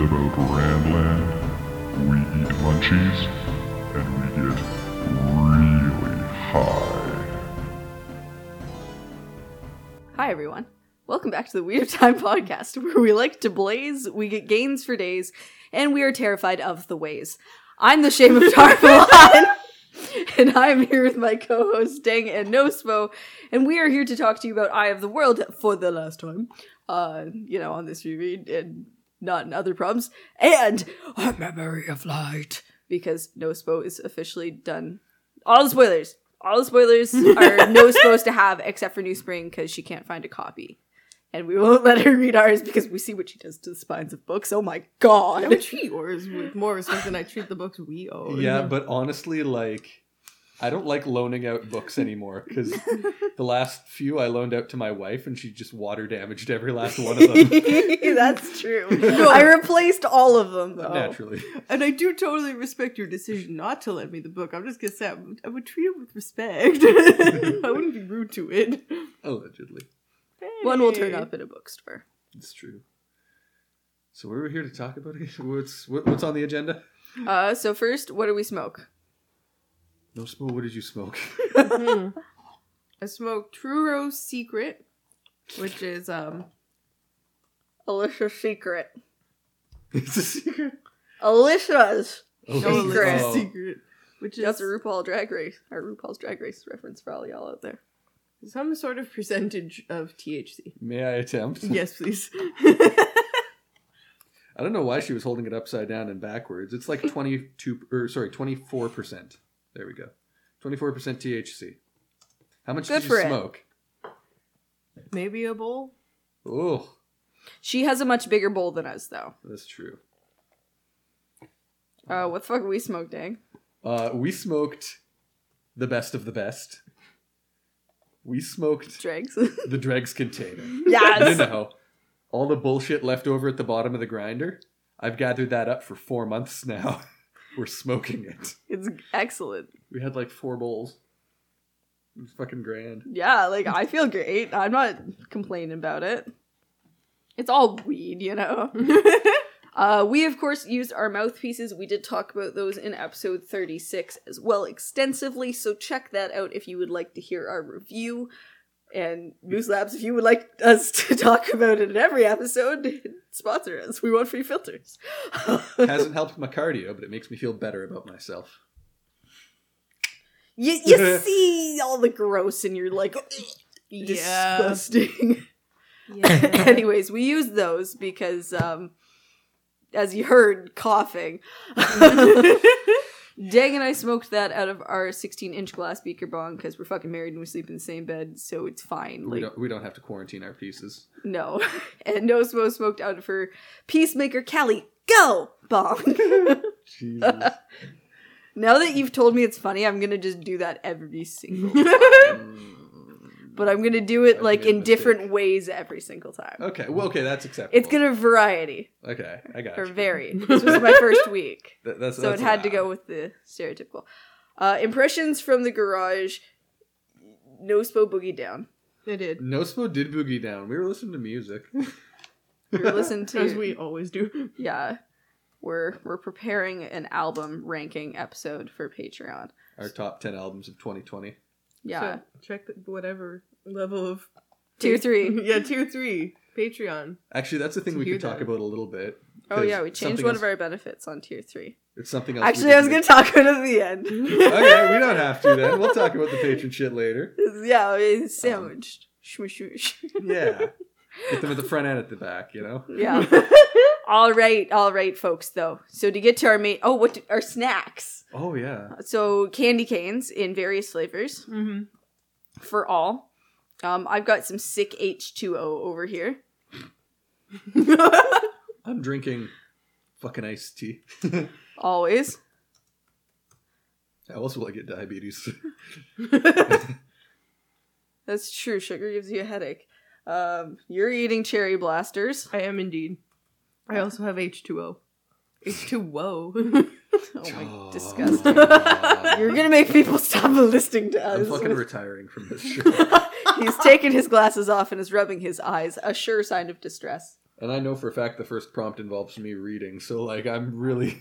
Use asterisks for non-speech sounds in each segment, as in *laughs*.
about Randland, we eat munchies, and we get really high. Hi, everyone. Welcome back to the Weird *laughs* Time podcast, where we like to blaze, we get gains for days, and we are terrified of the ways. I'm the Shame of Tarvalon, *laughs* and I'm here with my co host Deng and Nospo, and we are here to talk to you about Eye of the World for the last time, uh, you know, on this UV and not in other problems, and A Memory of Light, because Nospo is officially done. All the spoilers. All the spoilers are no supposed to have except for New Spring because she can't find a copy. And we won't let her read ours because we see what she does to the spines of books. Oh my god. I would treat yours with more respect than I treat the books we *laughs* own. Yeah, but honestly, like, I don't like loaning out books anymore because the last few I loaned out to my wife and she just water damaged every last *laughs* one of *laughs* them. That's true. I replaced all of them though. Naturally. and I do totally respect your decision not to lend me the book. I'm just gonna say I would, I would treat it with respect. *laughs* I wouldn't be rude to it. Allegedly. One will Hey. turn up at a bookstore. It's true. So what are we here to talk about again? What's, what, what's on the agenda? Uh, so first, what do we smoke? No smoke. What did you smoke? *laughs* Mm-hmm. I smoked True Rose Secret, which is um Alicia's secret. it's a secret. Alicia's. no Oh, Secret. Elizabeth's oh. secret, which is That's a RuPaul Drag Race or RuPaul's Drag Race reference for all y'all out there. some sort of percentage of THC. May I attempt? Yes, *laughs* please. I don't know why she was holding it upside down and backwards. It's like 22 or sorry, 24%. There we go. 24% THC. How much Good did for you it. smoke? Maybe a bowl. Oh, She has a much bigger bowl than us though. that's true. Uh, what the fuck are we smoke, dang? Uh, we smoked the best of the best. We smoked Dregs. the dregs container. you *laughs* yes. know, all the bullshit left over at the bottom of the grinder. I've gathered that up for four months now. *laughs* We're smoking it. It's excellent. We had like four bowls. It was fucking grand. Yeah, like I feel great. I'm not complaining about it. It's all weed, you know. *laughs* uh, we of course used our mouthpieces. We did talk about those in episode 36 as well extensively, so check that out if you would like to hear our review. And Moose Labs, if you would like us to *laughs* talk about it in every episode, *laughs* sponsor us. We want free filters. Hasn't helped my cardio, but it makes me feel better about myself. you, you see all the gross, and you're like, Yeah. disgusting. *laughs* *laughs* Yeah. Anyways, we use those because, um, as you heard, *laughs* coughing. Dang and I smoked that out of our 16 inch glass beaker bong because we're fucking married and we sleep in the same bed, so it's fine. We Like, don't, we don't have to quarantine our pieces. no. *laughs* and Nosmo smoked out of her Peacemaker Cali Go bong. *laughs* Jesus. now that you've told me it's funny, I'm gonna just do that every *laughs* single time. but I'm gonna do it I've like Mm. made a in different mistake. Oh. ways every single time. *laughs* okay, well, okay, that's acceptable. It's gonna variety Okay, I got or you. vary. This was my first week. *laughs* That- that's, so it that's had to allowed. go with the stereotypical. Uh, impressions from the garage. No spo boogie down. *coughs* *laughs* I did. Nospo did boogie down. We were listening to music. We were listening As to we always do. yeah. We're we're preparing an album ranking episode for Patreon. Our top ten albums of 2020. Yeah, So check the, whatever level of *laughs* tier three. *laughs* yeah, tier three. Patreon. Actually, that's a thing To we hear could talk that. about a little bit. Oh 'cause yeah, we changed something one else- of our benefits on tier three. It's something else. we Actually, I was didn't gonna talk about it at the end. do. *laughs* *laughs* okay, we don't have to then. We'll talk about the patron shit later. yeah, Um. it's sandwiched. Shmoosh, *laughs* shmoosh. Yeah, get them at the front and at the back. You know. Yeah. all right, all right, folks. Though, so to get to our main. Oh, what do- our snacks? Oh yeah. So candy canes in various flavors. Mm-hmm. for all. Um, I've got some sick H2O over here. I'm drinking fucking iced tea. Always. How else will I get diabetes? That's true. Sugar gives you a headache. Um, you're eating cherry blasters. I am indeed. I also have H two O. H two O. *laughs* Oh my, *sighs* Oh. *laughs* disgusting. You're gonna make people *laughs* stop listening to I'm us. *laughs* fucking retiring from this show. He's taken his glasses off and is rubbing his eyes, a sure sign of distress. And I know for a fact the first prompt involves me reading, so like I'm *laughs* really,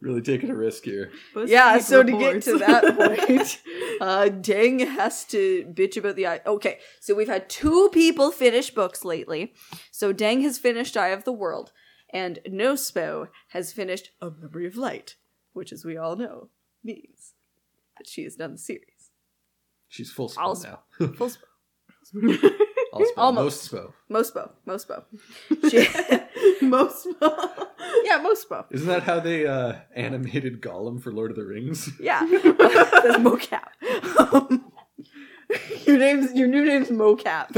really taking a risk here. yeah, BuzzFeed so to get to *laughs* reports. that point, uh, Deng has to bitch about the eye. Okay, so we've had two people finish books lately. So Deng has finished Eye of the World, and Nospo has finished A Memory of Light, which, as we all know, means that she has done the series. She's full I'll spell sp- *laughs* now. Full sp- All spell, Almost. Most spell. Mospo, Mospo. She- *laughs* Most yeah, Mospo. Isn't that how they uh, animated Gollum for Lord of the *laughs* Rings? *laughs* Yeah, that's mocap. *laughs* Um, your name's your new name's mocap. *laughs*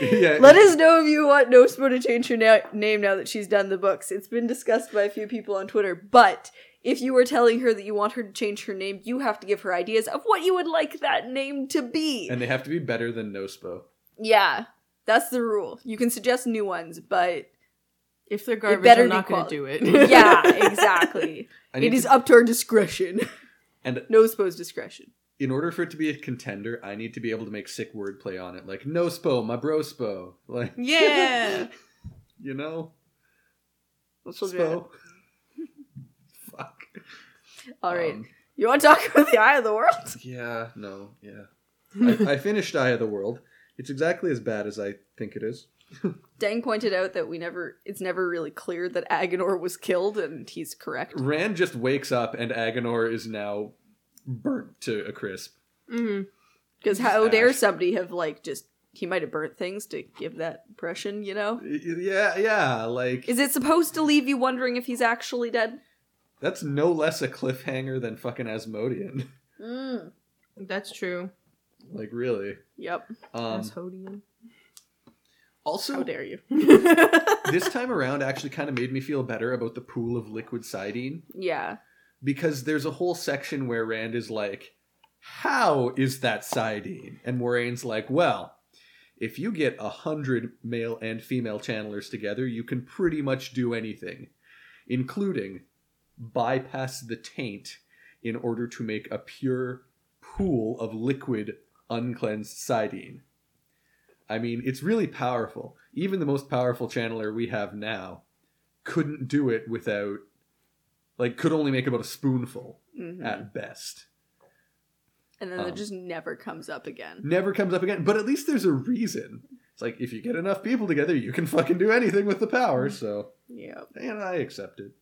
yeah, Let us know if you want Nospo to change her na- name now that she's done the books. It's been discussed by a few people on Twitter, but if you are telling her that you want her to change her name, you have to give her ideas of what you would like that name to be. and they have to be better than Nospo. yeah, that's the rule. You can suggest new ones, *laughs* but If they're garbage, garbage, better I'm I'm be not not gonna quali- going to do *laughs* it. yeah, *laughs* exactly. I need it is to- up to our discretion. *laughs* and Nospo's discretion. in order for it to be a contender, I need to be able to make sick wordplay on it, like Nospo, my brospo, like Yeah. *laughs* you know, Well, she'll do it. spo. *laughs* Fuck. All right. Um, you want to talk about the eye of the world? yeah. No. Yeah. *laughs* I, I finished Eye of the World. It's exactly as bad as I think it is. Dang pointed out that we never it's never really clear that Agenor was killed and he's correct. Rand just wakes up and Agenor is now burnt to a crisp. Mhm. Because how dare Ash. somebody have like just he might have burnt things to give that impression, you know? Y- y- Yeah, yeah, like Is it supposed to leave you wondering if he's actually dead? that's no less a cliffhanger than fucking Asmodian. *laughs* Mm. That's true. like really. Yep. Um, Ashodian. How *laughs* also, dare *laughs* you? this time around actually kind of made me feel better about the pool of liquid siding Yeah. because there's a whole section where Rand is like, "How is that siding?" And Moraine's like, "Well." If you get a hundred male and female channelers together, you can pretty much do anything, including bypass the taint in order to make a pure pool of liquid uncleansed siding. I mean, it's really powerful. Even the most powerful channeler we have now couldn't do it without, like, could only make about a spoonful Mhm. at best. And then it Uh, um, just never comes up *laughs* again. Never comes up again, but at least there's a reason. It's like, if you get enough people together, you can fucking do anything with the power, so, Yep. and I accept it.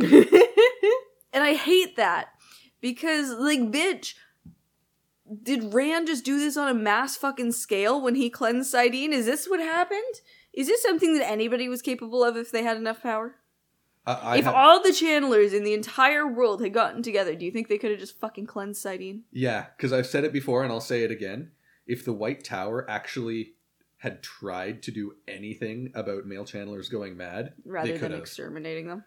*laughs* And I hate that because like bitch did Rand just do this on a mass fucking scale when he cleansed Sidene? Is this what happened? Is this something that anybody was capable of if they had enough power? I, I if have- all the channelers in the entire world had gotten together, do you think they could have just fucking cleansed Sidene? Yeah, because I've said it before and I'll say it again. If the White Tower actually had tried to do anything about male channelers going mad, rather they could than have. exterminating them?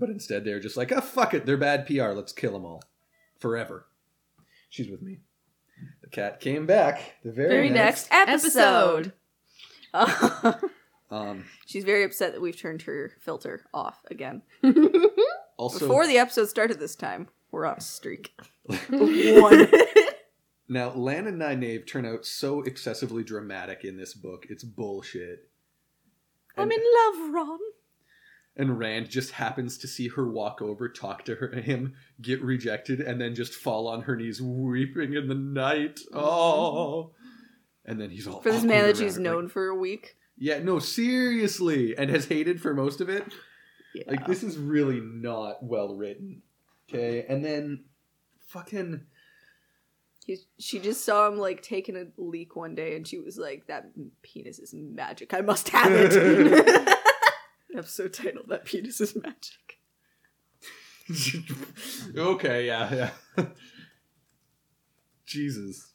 but instead, they're just like, ah, fuck it, they're bad PR. Let's kill them all. Forever. She's with me. The cat came back. The very, Very next. next episode. Um, *laughs* she's very upset that we've turned her filter off again. *laughs* also, Before the episode started this time, we're on a streak. now, Lan and Nynaeve turn out so excessively dramatic in this book. It's bullshit. I'm And- in love, Ron. and Rand just happens to see her walk over, talk to her, him, get rejected, and then just fall on her knees, weeping in the night. Oh, and then he's *laughs* all Mm-hmm. For this awkward man that around she's her, known Like, for a week. yeah, no, seriously, and has hated for most of it. Yeah. Like this is really not well written. Okay, and then fucking He's, she just saw him like taking a leak one day, and she was like, "That penis is magic. I must have it." *laughs* *laughs* Episode title: "That penis is magic." *laughs* okay, yeah, yeah. *laughs* Jesus,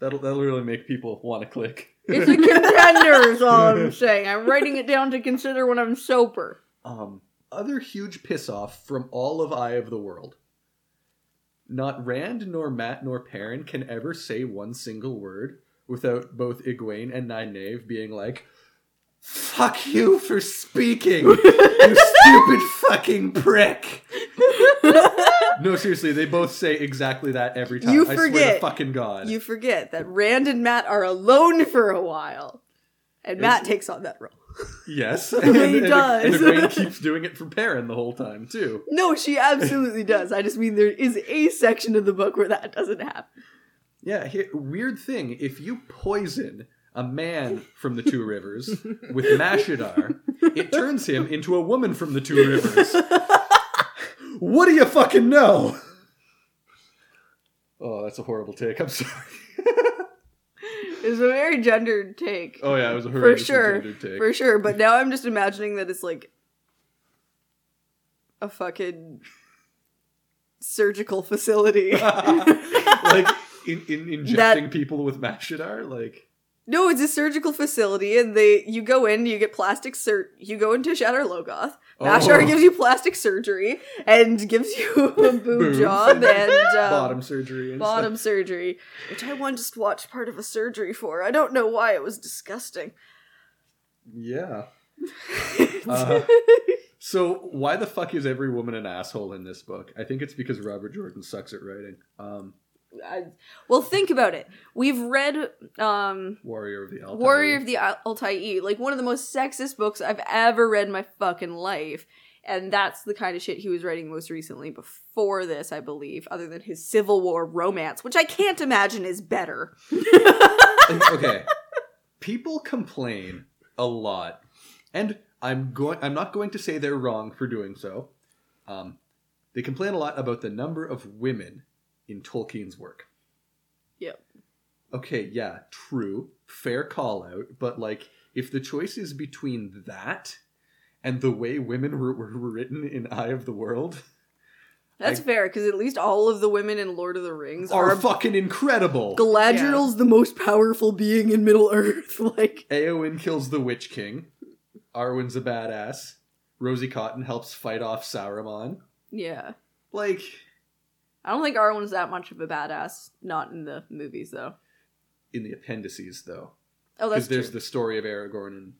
that'll that'll really make people want to click. It's a contender, is all I'm *laughs* saying. I'm writing it down to consider when I'm sober. Um, other huge piss off from all of Eye of the World. Not Rand nor Matt nor Perrin can ever say one single word without both Egwene and Nynaeve being like, *laughs* "Fuck you for speaking, you stupid fucking prick." No, seriously, they both say exactly that every time. You I swear to forget. fucking God. you forget that Rand and Matt are alone for a while. And Matt It's- takes on that role. *laughs* yes. He and, does. And the brain keeps doing it for Perrin the whole time, too. No, she *laughs* absolutely does. I just mean there is a section of the book where that doesn't happen. Yeah, here, weird thing. If you poison a man from the *laughs* Two Rivers with Mashadar, it turns him into a woman from the Two Rivers. what do you fucking know? Oh, that's a horrible take. I'm sorry. It's a very gendered take. Oh yeah, it was a horrendous sure. gendered take. For sure, but now I'm just imagining that it's like a fucking surgical facility. *laughs* like in, in injecting people with Mashadar, like no, it's a surgical facility, and they you go in, you get plastic sur. You go into Shatter Logoth. Mashar Oh. gives you plastic surgery and gives you *laughs* a boob Boobs. job and *laughs* um, bottom surgery and *laughs* stuff. bottom surgery, which I once just watched part of a surgery for. I don't know why it was disgusting. Yeah. Uh, So why the fuck is every woman an asshole in this book? I think it's because Robert Jordan sucks at writing. Um, *laughs* I- well, think about it. We've read um, Warrior of the Altar. Warrior of the Al- Altai, like one of the most sexist books I've ever read in my fucking life. And that's the kind of shit he was writing most recently before this, I believe, other than his Civil War romance, which I can't imagine is better. *laughs* okay. People complain a lot, and I'm going. I'm not going to say they're wrong for doing so. Um, they complain a lot about the number of women in Tolkien's work. Yep. Okay. Yeah. True. Fair call out. But like, if the choice is between that and the way women were, were written in Eye of the World. That's I- fair, because at least all of the women in Lord of the Rings are are fucking incredible. Galadriel's the most powerful being in Middle Earth. *laughs* Like, Eowyn kills the Witch King. Arwen's a badass. Rosie Cotton helps fight off Sauron. yeah, Like, I don't think Arwen's that much of a badass. Not in the movies, though. in the appendices, though. Oh, that's Because there's true. the story of Aragorn and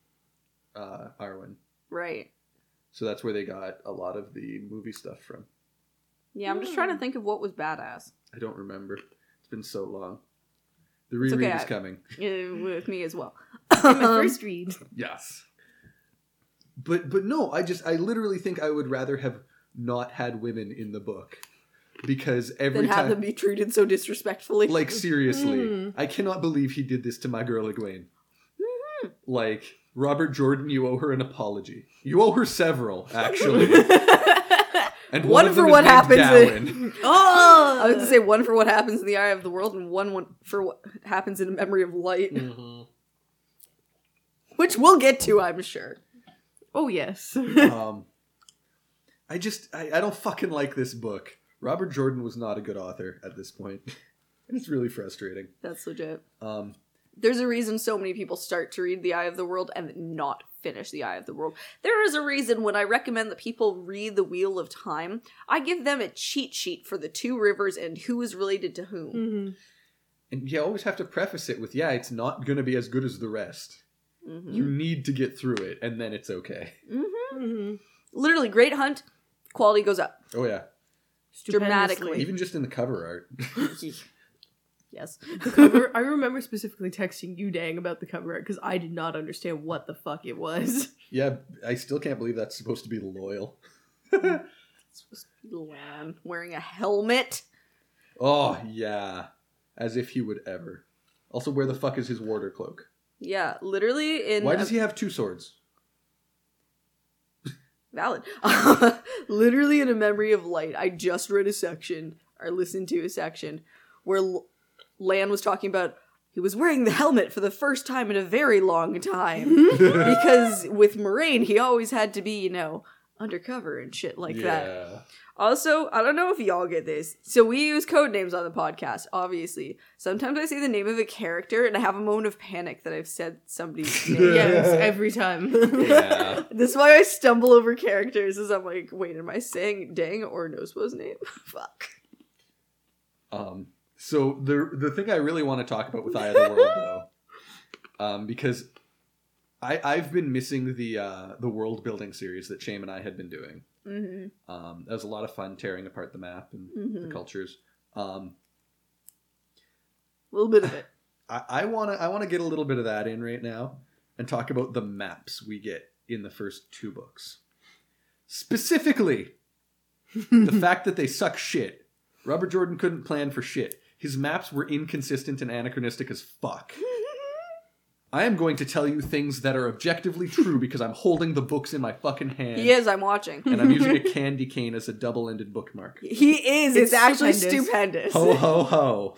uh, Arwen. right. So that's where they got a lot of the movie stuff from. Yeah, I'm just trying to think of what was badass. I don't remember. It's been so long. The It's reread okay, is I- coming. Uh, with me as well. my *laughs* Um, first read. Yes. But but no, I just I literally think I would rather have not had women in the book because every then have time them be treated so disrespectfully. Like seriously, Hmm. Mm. I cannot believe he did this to my girl Egwene. Mm-hmm. Like Robert Jordan, you owe her an apology. You owe her several, *laughs* *laughs* actually. And one, One of for them is what named happens *laughs* Gawain. Oh, I was gonna say one for what happens in the eye of the world, and one, one for what happens in a memory of light, Mm. *laughs* Mm-hmm. which we'll get to, I'm sure. Oh yes. um, I just I, I don't fucking like this book. Robert Jordan was not a good author at this point. *laughs* it's really frustrating. That's legit. Um, There's a reason so many people start to read The Eye of the World and not finish The Eye of the World. There is a reason when I recommend that people read The Wheel of Time, I give them a cheat sheet for the two rivers and who is related to whom. Mhm. and you always have to preface it with, "Yeah, it's not going to be as good as the rest. Mhm. You need to get through it, and then it's okay." Mhm. Mhm. Literally, Great Hunt, quality goes up. Oh yeah, Dramatically. even just in the cover art. *laughs* *laughs* yes. cover, I remember specifically texting you, Dang, about the cover art because I did not understand what the fuck it was. Yeah, I still can't believe that's supposed to be loyal. Lan wearing a helmet. Oh, yeah. As if he would ever. Also, where the fuck is his warder cloak? Yeah, literally in Why a- does he have two swords? valid. *laughs* Literally in a memory of light, I just read a section or listened to a section where L- Lan was talking about he was wearing the helmet for the first time in a very long *laughs* time because with Moraine he always had to be you know undercover and shit like that. Also, I don't know if y'all get this. So we use code names on the podcast, obviously. Sometimes I say the name of a character and I have a moment of panic that I've said *laughs* somebody's name. yes, every time. *laughs* Yeah. This is why I stumble over characters. Is I'm like, wait, am I saying Dang or Nosebo's name? *laughs* Fuck. Um, so the the thing I really want to talk about with Eye of the *laughs* World though, um, because I I've been missing the uh, the world building series that Shame and I had been doing. hmm Um, that was a lot of fun tearing apart the map and hmm the cultures. Um, A little bit of it. I, I wanna I wanna get a little bit of that in right now and talk about the maps we get in the first two books. Specifically, the fact that they suck shit. Robert Jordan couldn't plan for shit. His maps were inconsistent and anachronistic as fuck. I am going to tell you things that are objectively true because I'm holding the books in my fucking hand. He is. I'm watching. And I'm using a candy cane as a double-ended bookmark. *laughs* He is. It's, It's actually stupendous. stupendous. Ho ho ho.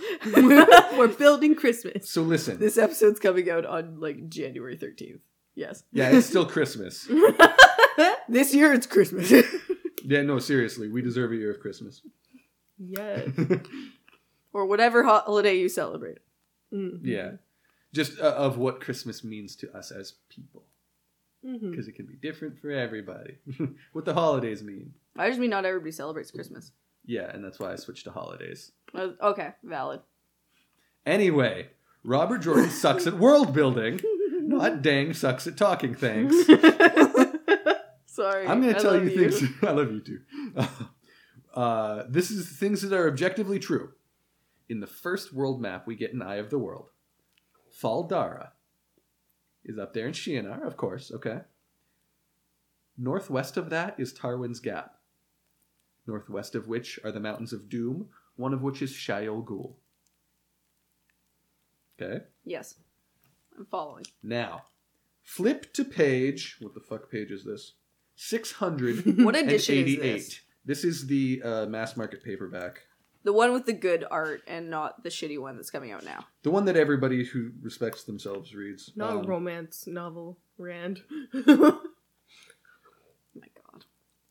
We're building Christmas. So listen. this episode's coming out on like January *laughs* 13th. Yes. yeah, it's still Christmas. This year it's Christmas. *laughs* Yeah, no, seriously, we deserve a year of Christmas. Yes. or whatever holiday you celebrate. Mm. Yeah. Just uh, of what Christmas means to us as people. *laughs* Mhm. Because it can be different for everybody. *laughs* what the holidays mean. I just mean not everybody celebrates Christmas. Yeah, and that's why I switched to holidays. Uh, Okay, valid. Anyway, Robert Jordan sucks at world building. Not dang sucks at talking things. Sorry. I'm going I to tell love you things. *laughs* I love you too. Uh, this is things that are objectively true. In the first world map, we get an Eye of the World. Faldara is up there in Shianar, of course, okay? Northwest of that is Tarwin's Gap, northwest of which are the Mountains of Doom, one of which is Shaiol Ghul. Okay? Yes. I'm following. Now, flip to page. What the fuck page is this? Six hundred What and edition is eighty-eight. this? This? is the uh, mass market paperback, The one with the good art and not the shitty one that's coming out now. Oh the one that everybody who respects themselves reads. Not Um, a romance novel, Rand. my god.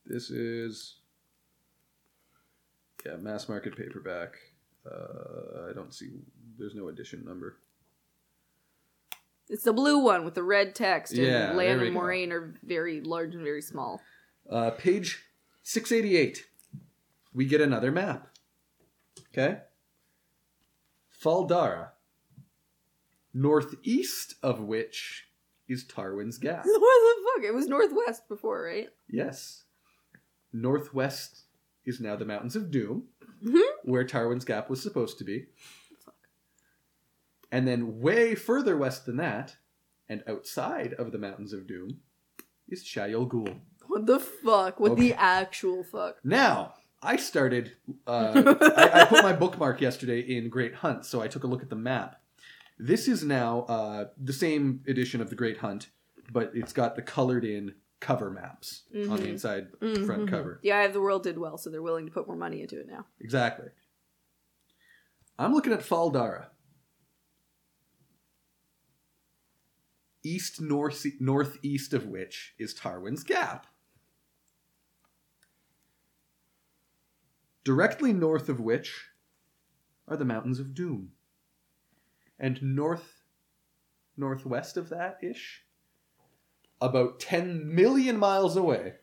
This is yeah, mass market paperback. Uh, I don't see. There's no edition number. It's the blue one with the red text and Yeah, there land we and go. moraine are very large and very small. *laughs* Uh, page 688. We get another map. Okay? Faldara. Northeast of which is Tarwin's Gap. what the fuck? It was northwest before, right? Yes. Northwest is now the Mountains of Doom, Mhm. where Tarwin's Gap was supposed to be. And then way further west than that, and outside of the Mountains of Doom, is Shayol Ghul. What the fuck? What Okay. the actual fuck? Now, I started. *laughs* Uh, I, I put my bookmark yesterday in Great Hunt, so I took a look at the map. This is now uh, the same edition of the Great Hunt, but it's got the colored in cover maps on Mhm. the inside front Mhm. cover. The Eye of the World did well, so they're willing to put more money into it now. Exactly. I'm looking at Faldara. East north northeast of which is Tarwin's Gap. Directly north of which are the mountains of Doom. And north northwest of that ish, about 10 million miles away,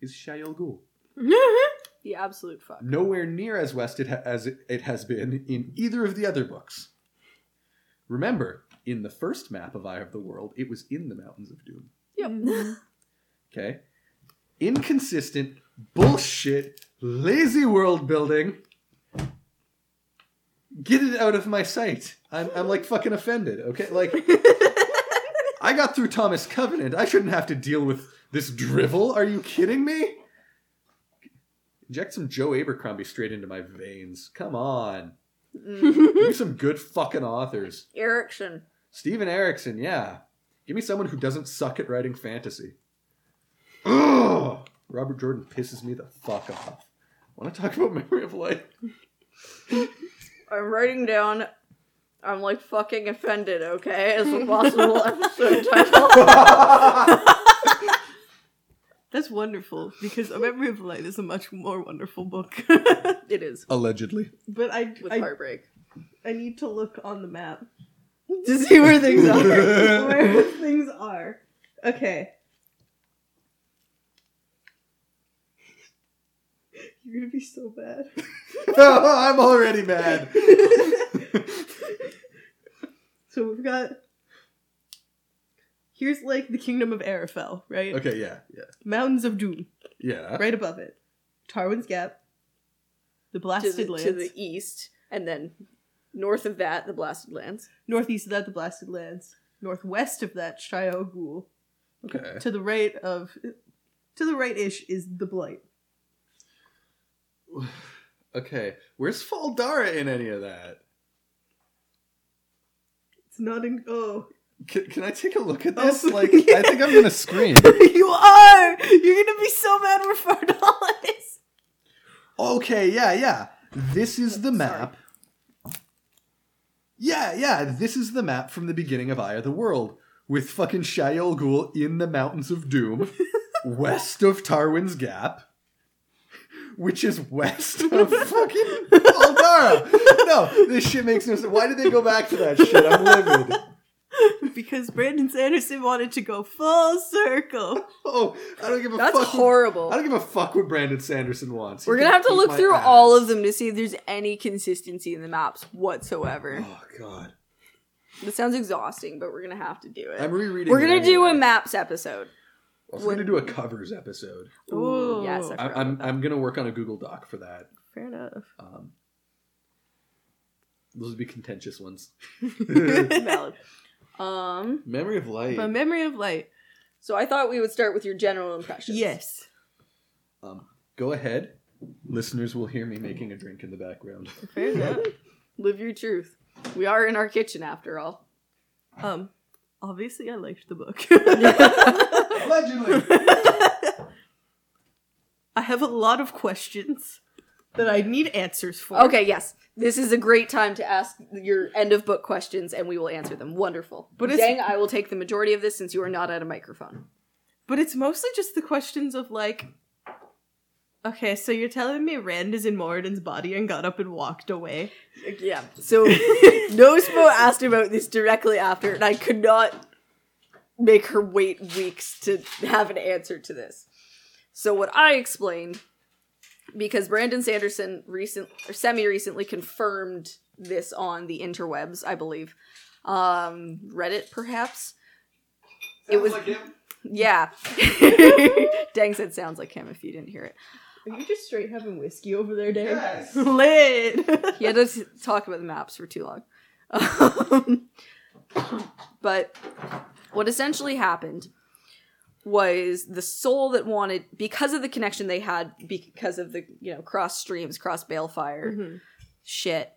is Shayol Ghul The absolute *laughs* fuck. nowhere near as west it ha- as it, it has been in either of the other books. Remember, in the first map of Eye of the World, it was in the Mountains of Doom. Yep. Okay? Inconsistent, bullshit, lazy world building. Get it out of my sight. I'm, I'm like fucking offended, okay? Like, I got through Thomas Covenant. I shouldn't have to deal with this drivel. Are you kidding me? Inject some Joe Abercrombie straight into my veins. Come on. Mm. Give me some good fucking authors. Erickson. Steven Erickson, yeah. Give me someone who doesn't suck at writing fantasy. *gasps* Ugh! Robert Jordan pisses me the fuck off. Want to talk about Memory of Light? I'm writing down. I'm like fucking offended. Okay, as a *laughs* possible episode title. That's wonderful because A Memory of Light is a much more wonderful book. It is *laughs* Allegedly. but I, with I, heartbreak. I need to look on *laughs* the map To see where things *laughs* things are. are. where things are. Okay. You're gonna be so *laughs* bad. *laughs* I'm already mad. so we've got. Here's like the kingdom of Arafel, right? Okay, yeah, yeah. Mountains of Doom. Yeah. right above it. Tarwin's Gap, the to the, Blasted Lands. to the east, and then north of that, the Blasted Lands. Northeast of that, the Blasted Lands. Northwest of that, Shia Ogul. Okay. To the right of, to the right ish is the Blight. Okay. Where's Faldara in any of that? It's not in. Oh, *laughs* Can, can I take a look at Oh, *laughs* this? Like, please. I think I'm gonna scream. you are. You're gonna be so mad we're far dollars. Okay, yeah, yeah. This is the map. Yeah, yeah. This is the map from the beginning of Eye of the World, with fucking Shaiol Ghul in the Mountains *laughs* of Doom, west of Tarwin's Gap, which is west *laughs* of fucking Aldara. No, this shit makes no sense. Why did they go back to that shit? I'm livid. *laughs* Because Brandon Sanderson wanted to go full circle. Oh, I don't give a That's fuck. what- horrible. I don't give a fuck what Brandon Sanderson wants. He We're can gonna have to keep look my through all ass. of them to see if there's any consistency in the maps *sighs* whatsoever. Oh god. This sounds exhausting, but we're gonna have to do it. I'm rereading. we're it gonna do anyway. a maps episode. Also, we're gonna do a covers episode. Ooh, yes, I Ooh. forgot I, about I'm *laughs* that. I'm gonna work on a Google Doc for that. Fair enough. Um, those would be contentious *laughs* ones. Valid. Um, Memory of Light. But Memory of Light. so I thought we would start with your general impressions. Yes. Um, go ahead. Listeners will hear me making a drink in the background. Fair enough. Live your truth. We are in our kitchen after all. Um, obviously, I liked the book. *laughs* *laughs* Allegedly. I have a lot of questions that I need answers for. Okay, yes. This is a great time to ask your end of book questions and we will answer them. Wonderful. But But it's- Dang, I will take the majority of this since you are not at a microphone. But it's mostly just the questions of like, okay, so you're telling me Rand is in Moradin's body and got up and walked away. Yeah. So Nospo asked about this directly after, and I could not make her wait weeks to have an answer to this. So what I explained, because Brandon Sanderson recent or semi recently confirmed this on the interwebs, I believe, um, Reddit perhaps. It was yeah. *laughs* Dang said sounds like him if you didn't hear it. Are you just straight having whiskey over there, Dave? Yes. *laughs* Lit. he had to t- talk about the maps for too long. Um, *laughs* but what essentially happened was the soul that wanted, because of the connection they had, because of the you know cross streams, cross balefire Mhm. shit,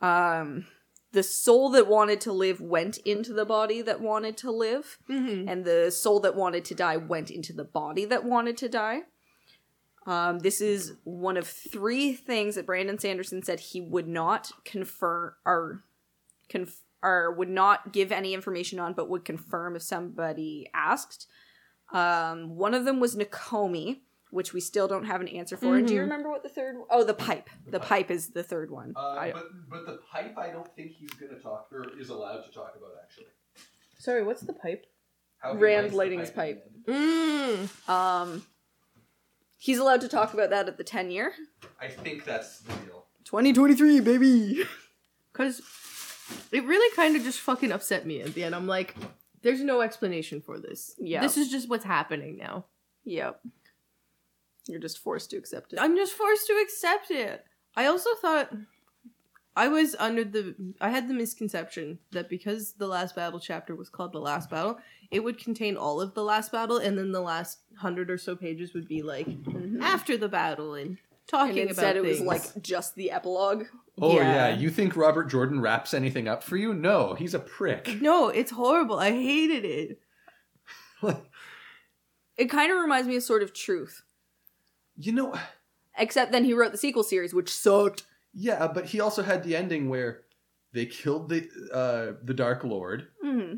um, the soul that wanted to live went into the body that wanted to live Mhm. and the soul that wanted to die went into the body that wanted to die. Um, this is one of three things that Brandon Sanderson said he would not confer or conf- or would not give any information on, but would confirm if somebody asked. Um, one of them was Nakomi, which we still don't have an answer for. And do you Mhm. remember what the third? Oh, the pipe. The pipe is the third one. *laughs* I- Uh, but, but the pipe, I don't think he's going to talk or is allowed to talk about actually. Sorry, what's the pipe? How he Rand lights the lighting his pipe pipe. Mm. um, he's allowed to talk about that at the ten year. I think that's the deal. Twenty twenty three, baby. Cause it really kind of just fucking upset me at the end. I'm like, there's no explanation for this. Yeah. This is just what's happening now. Yep. You're just forced to accept it. I'm just forced to accept it. I also thought I was under the I had the misconception that because the last battle chapter was called the last battle, it would contain all of the last battle and then the last 100 or so pages would be like after the battle Mm. and And talking instead, about it was things. like just the epilogue. Oh yeah. Yeah. you think Robert Jordan wraps anything up for you? No, he's a prick. no, it's horrible. I hated it. It kind of reminds me of sort of truth. you know, Except then he wrote the sequel series, which sucked. yeah, uh, but he also had the ending where they killed the uh, the Dark Lord. Mm-hmm.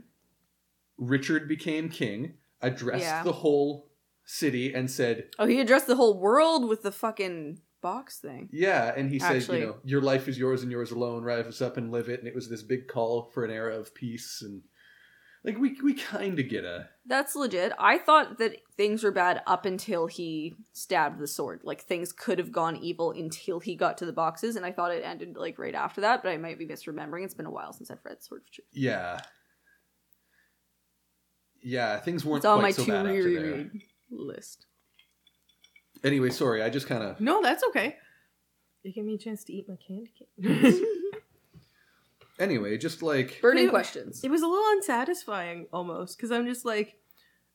Richard became king, addressed Yeah. the whole city, and said, Oh, he addressed the whole world with the fucking box thing. "Yeah," and he said, Actually- "You know, your life is yours and yours alone. Rise up and live it." And it was this big call for an era of peace and. Like we we kind of get a That's legit. I thought that things were bad up until he stabbed the sword. Like things could have gone evil until he got to the boxes, and I thought it ended like right after that. But I might be misremembering. It's been a while since I've read Sword of Truth. yeah yeah things weren't It's on quite my so to bad after there. reread list. Anyway, sorry, I just kind of No, that's okay. It gave me a chance to eat my candy cane. anyway, just like Burning Who- questions. *laughs* it was a little unsatisfying almost because I'm just like,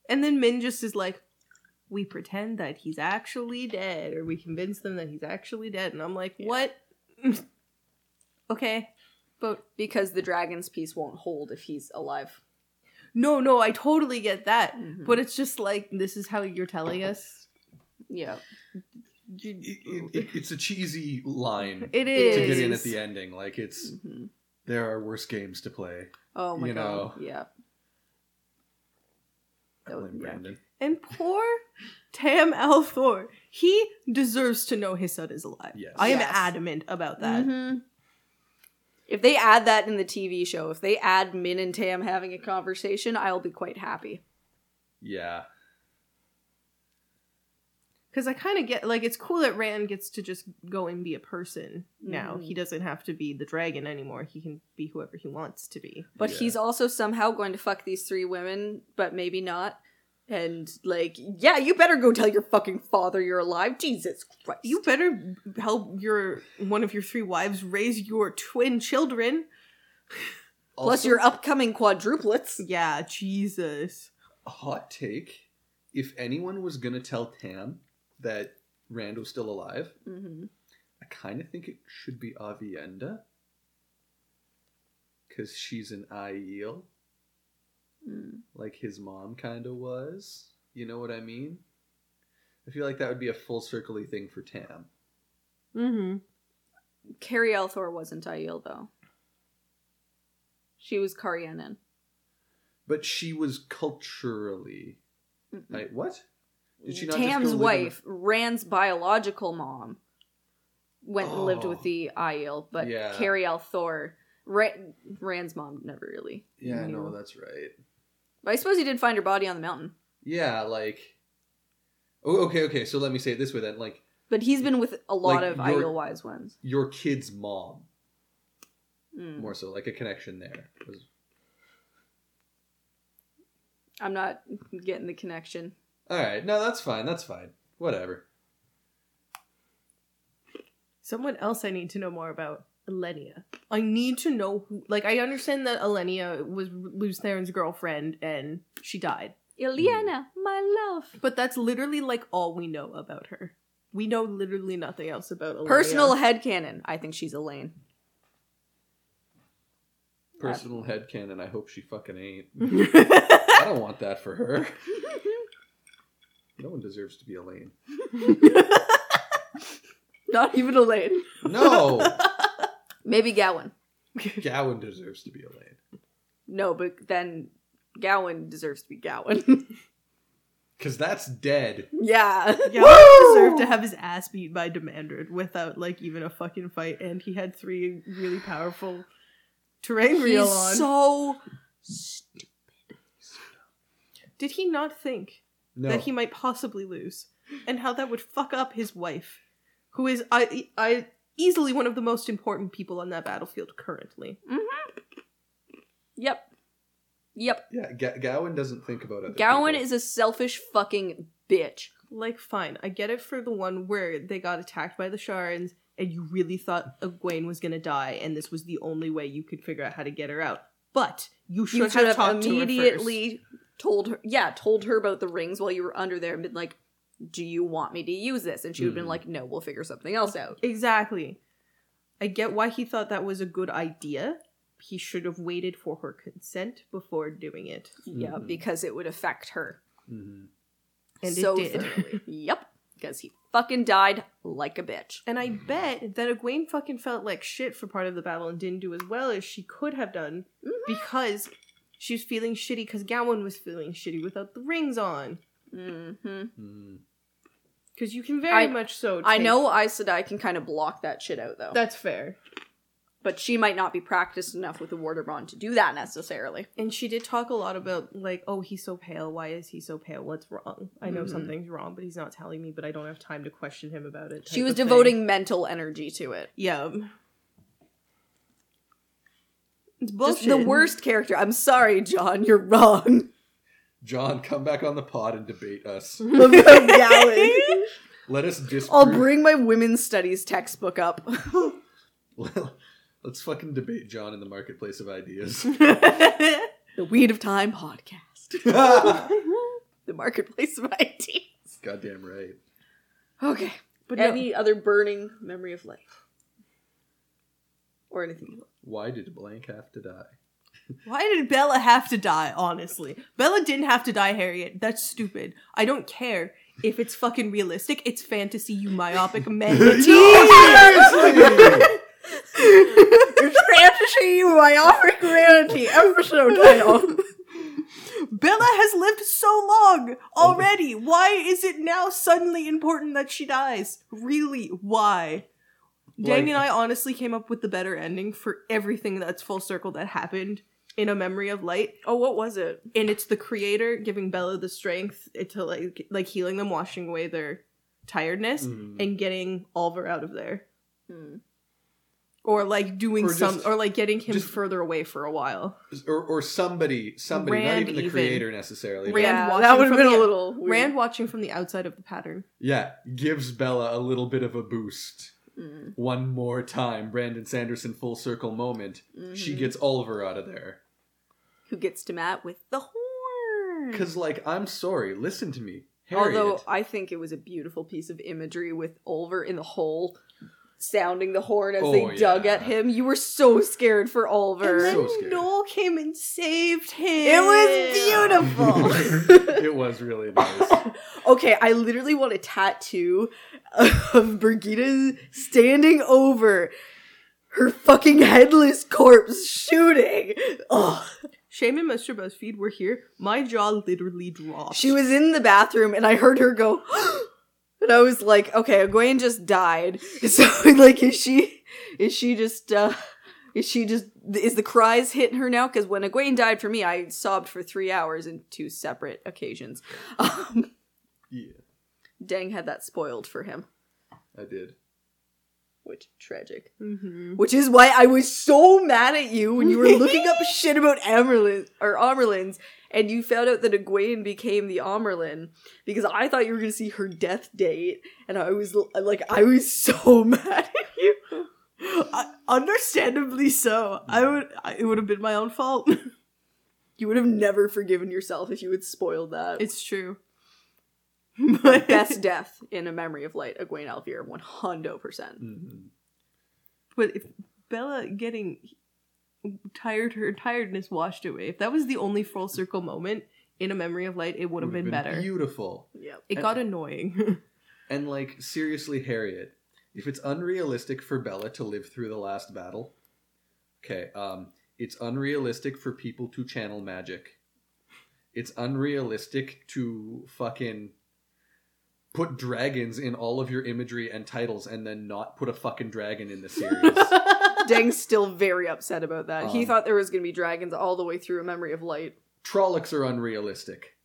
and then Min just is like, we pretend that he's actually dead, or we convince them that he's actually dead, and I'm like, what? *laughs* okay, but Because the dragon's piece won't hold if he's alive. no, no, I totally get that, Mm-hmm. Mhm. but it's just like this is how you're telling us. Yeah. it, it- it- it's a cheesy line It to is. get in at the ending. Like it's Mhm. there are worse games to play. Oh my You god. Yeah. That was- Blame yeah. Brandon. And poor Tam L. Thor, he deserves to know his son is alive. Yes. I am Yes. adamant about that. Mhm. If they add that in the TV show, if they add Min and Tam having a conversation, I'll be quite happy. Yeah. Because I kind of get like it's cool that Rand gets to just go and be a person now. Mhm. He doesn't have to be the dragon anymore. He can be whoever he wants to be. But Yeah. he's also somehow going to fuck these three women, but maybe not. And like, yeah, you better go tell your fucking father you're alive. Jesus Christ. You better help your one of your three wives raise your twin children. plus Also, your upcoming quadruplets. Yeah, Jesus. a hot take. If anyone was gonna tell Tam that Rand was still alive, Mm-hmm. I kind of think it should be Avienda. Because she's an Aiel, Mm. like his mom kind of was. You know what I mean? I feel like that would be a full circly thing for Tam. Mm-hmm. Carrie Elthor wasn't Aiel though. She was Carianan. But she was culturally. Like, what? Did she not just Mm. Tam's go live in- wife, Rand's biological mom, went and lived with Oh. the Aiel, but Yeah. Carrie Elthor, Ra- Rand's mom, never really. Yeah, knew. no, that's right. But I suppose he did find her body on the mountain. Yeah, like. Oh, okay, okay. So let me say it this way then. Like, But he's been with a lot Like, of your- Aiel wise ones. your kid's mom, Mm. more so, like a connection there. Was- I'm not getting the connection. All right, no, that's fine. That's fine. Whatever. Someone else I need to know more about. Elenia. I need to know who like I understand that Elenia was Luz Theron's girlfriend and she died. Ileana, Hmm. my love. But that's literally like all we know about her. We know literally nothing else about Elenia. *laughs* Personal *laughs* headcanon. I think she's Elaine. Personal headcanon. I hope she fucking ain't. I I don't want that for her. No one deserves to be Elaine. Not even Elaine. No! Maybe Gowan. Gowan deserves to be Elaine. No, but then Gowan deserves to be Gowan. *laughs* Because that's dead. yeah. deserved to have his ass beat by Demandred without like even a fucking fight, and he had three really powerful terrain He's reel on. so. Did he not think No. that he might possibly lose, and how that would fuck up his wife, who is I I easily one of the most important people on that battlefield currently. Yep. Yep. yeah, Ga- Gowan doesn't think about other Gowan people. is a selfish fucking bitch. Like, fine, I get it for the one where they got attacked by the Sharans, and you really thought Egwene was gonna die, and this was the only way you could figure out how to get her out. But you should, you should have, talked immediately. immediately told her yeah told her about the rings while you were under there and been like do you want me to use this and she would have been Mm. Mhm. like no we'll figure something else out Exactly. I get why he thought that was a good idea. He should have waited for her consent before doing it. yeah Mhm. because it would affect her Mhm. Mm-hmm. And so it did. thoroughly. yep because he fucking died like a bitch And I bet that Egwene fucking felt like shit for part of the battle and didn't do as well as she could have done Mhm. because she was feeling shitty because Gowan was feeling shitty without the rings on. hmm Mhm. Because you can very I- much so. i take- know i said i can kind of block that shit out though That's fair. but she might not be practiced enough with the water bond to do that necessarily And she did talk a lot about, like, oh, he's so pale. Why is he so pale? What's wrong? I know Mhm. something's wrong, but he's not telling me, but I don't have time to question him about it. she type was of thing. devoting mental energy to it Yeah. *laughs* It's Just bullshit. the worst character i'm sorry john you're wrong John, come back on the pod and debate *laughs* us. Look at Gowan. Let us disprove. I'll bring my women's studies textbook up. *laughs* Well, *laughs* let's fucking debate John in the marketplace of ideas. the Weed of Time podcast. *laughs* Goddamn The marketplace of ideas. right. Okay. But no. Any other burning memory of life? Or anything? *laughs* Why did blank have to die? Why did Bella have to die, honestly? Bella didn't have to die, Harriet. That's stupid. I don't care if it's fucking realistic. It's fantasy, *laughs* you myopic *laughs* mentee. Seriously! Fantasy Myopic Reality episode title. Bella has lived so long already. Why is it now suddenly important that she dies? Really, why? Dang Like- and I honestly came up with the better ending for everything that's full circle that happened in A Memory of Light. Oh, what was it? and it's the creator giving Bella the strength to like like healing them, washing away their tiredness, Mm. and getting Oliver out of there, Hmm. or like doing Or some, just- or like getting him just- further away for a while. Or, or somebody, somebody, Rand not even the even. creator necessarily. Rand yeah, watching that would have from been the- a little weird. Rand watching from the outside of the pattern. Yeah, gives Bella a little bit of a boost. Mm, One more time, Brandon Sanderson full circle moment. She Mm-hmm. mhm. gets Oliver out of there. who gets to Matt with the horn. Because, like, I'm sorry, listen to me. Harriet, Hmm. Although I think it was a beautiful piece of imagery with Olver in the hole sounding the horn as Oh, they dug yeah. at him. You were so scared for Olver. then- So scary. Noel came and saved him. It was *laughs* it was really nice. *laughs* okay, I literally want a tattoo of Brigida standing over her fucking headless corpse shooting. Ugh. Shame and Mr. BuzzFeed were here. My jaw literally dropped. She was in the bathroom and I heard her go, *gasps* and I was like, okay, Egwene just died. *laughs* So like, is she, is she just, uh, is she just, is the cries hitting her now? Because when Egwene died for me, I sobbed for three hours in two separate occasions. *laughs* Um, Yeah, Dang had that spoiled for him, I did. which tragic. Mhm. Which is why I was so mad at you when you were looking *laughs* up shit about Amerlin or Amerlins, and you found out that Egwene became the Amerlin because I thought you were gonna see her death date, and I was l- like, I was *laughs* so mad at you. *gasps* I- understandably so. I would. I, it would have been my own fault. *laughs* You would have never forgiven yourself if you had spoiled that. *laughs* it's true. But best death in a memory of light, Egwene Alvear, one hundred percent. Mhm. But if Bella getting tired, her tiredness washed away. If that was the only full circle moment in a memory of light, it would have Would've been, better. Beautiful. Yep. it got annoying. *laughs* And like seriously, Harriet, if it's unrealistic for Bella to live through the last battle, okay, um, it's unrealistic for people to channel magic. It's unrealistic to fucking put dragons in all of your imagery and titles and then not put a fucking dragon in the *laughs* *laughs* series. Dang's still very upset about that. he Um, thought there was gonna be dragons all the way through a memory of light. Trollocs are unrealistic.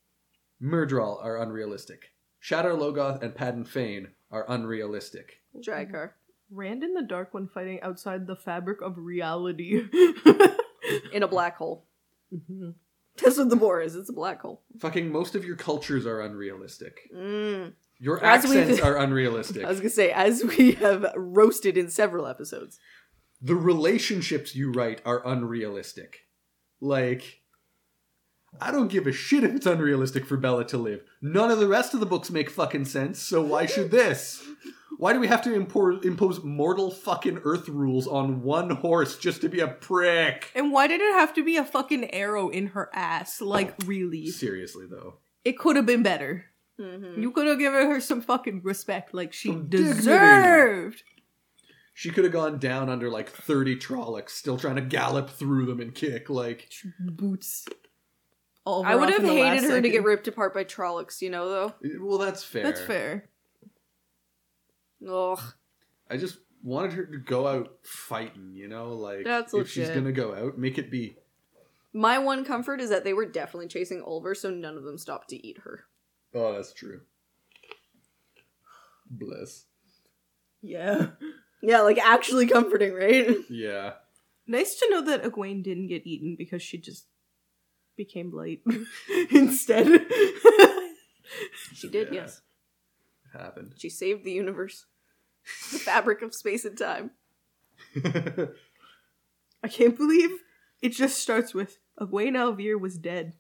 Murdral are unrealistic. Shadow Logoth and Padden Fane are unrealistic. Dragar. Rand in the dark one fighting outside the fabric of reality. In a black hole. Mm-hmm. Mhm. *laughs* That's what the boar is. It's a black hole. Fucking most of your cultures are unrealistic. Mm. Your As we- *laughs* accents are unrealistic. I was gonna say, as *laughs* we have roasted in several episodes, The relationships you write are unrealistic. Like, I don't give a shit if it's unrealistic for Bella to live. None of the rest of the books make fucking sense, so *laughs* why should this? Why do we have to impor- impose mortal fucking earth rules on one horse just to be a prick? And why did it have to be a fucking arrow in her ass? Like, really? Seriously, though. It could have been better. you You could have given her some fucking respect, like she Some dignity. deserved. She could have gone down under like 30 Trollocs, still trying to gallop through them and kick. Like, Boots. All I would have hated her to get ripped apart by Trollocs, you know, though. eh, well, that's fair. That's fair. Ugh. I just wanted her to go out fighting, you know, like That's if she's legit. gonna go out, make it be My one comfort is that they were definitely chasing Ulver, so none of them stopped to eat her. Oh, that's true. Bless. Yeah. Yeah, like actually comforting, right? Yeah. Nice to know that Egwene didn't get eaten because she just became light *laughs* instead. She did, Yeah. yes. It happened. *laughs* She saved the universe, *laughs* the fabric of space and time. I can't believe it just starts with Egwene Alvear was dead.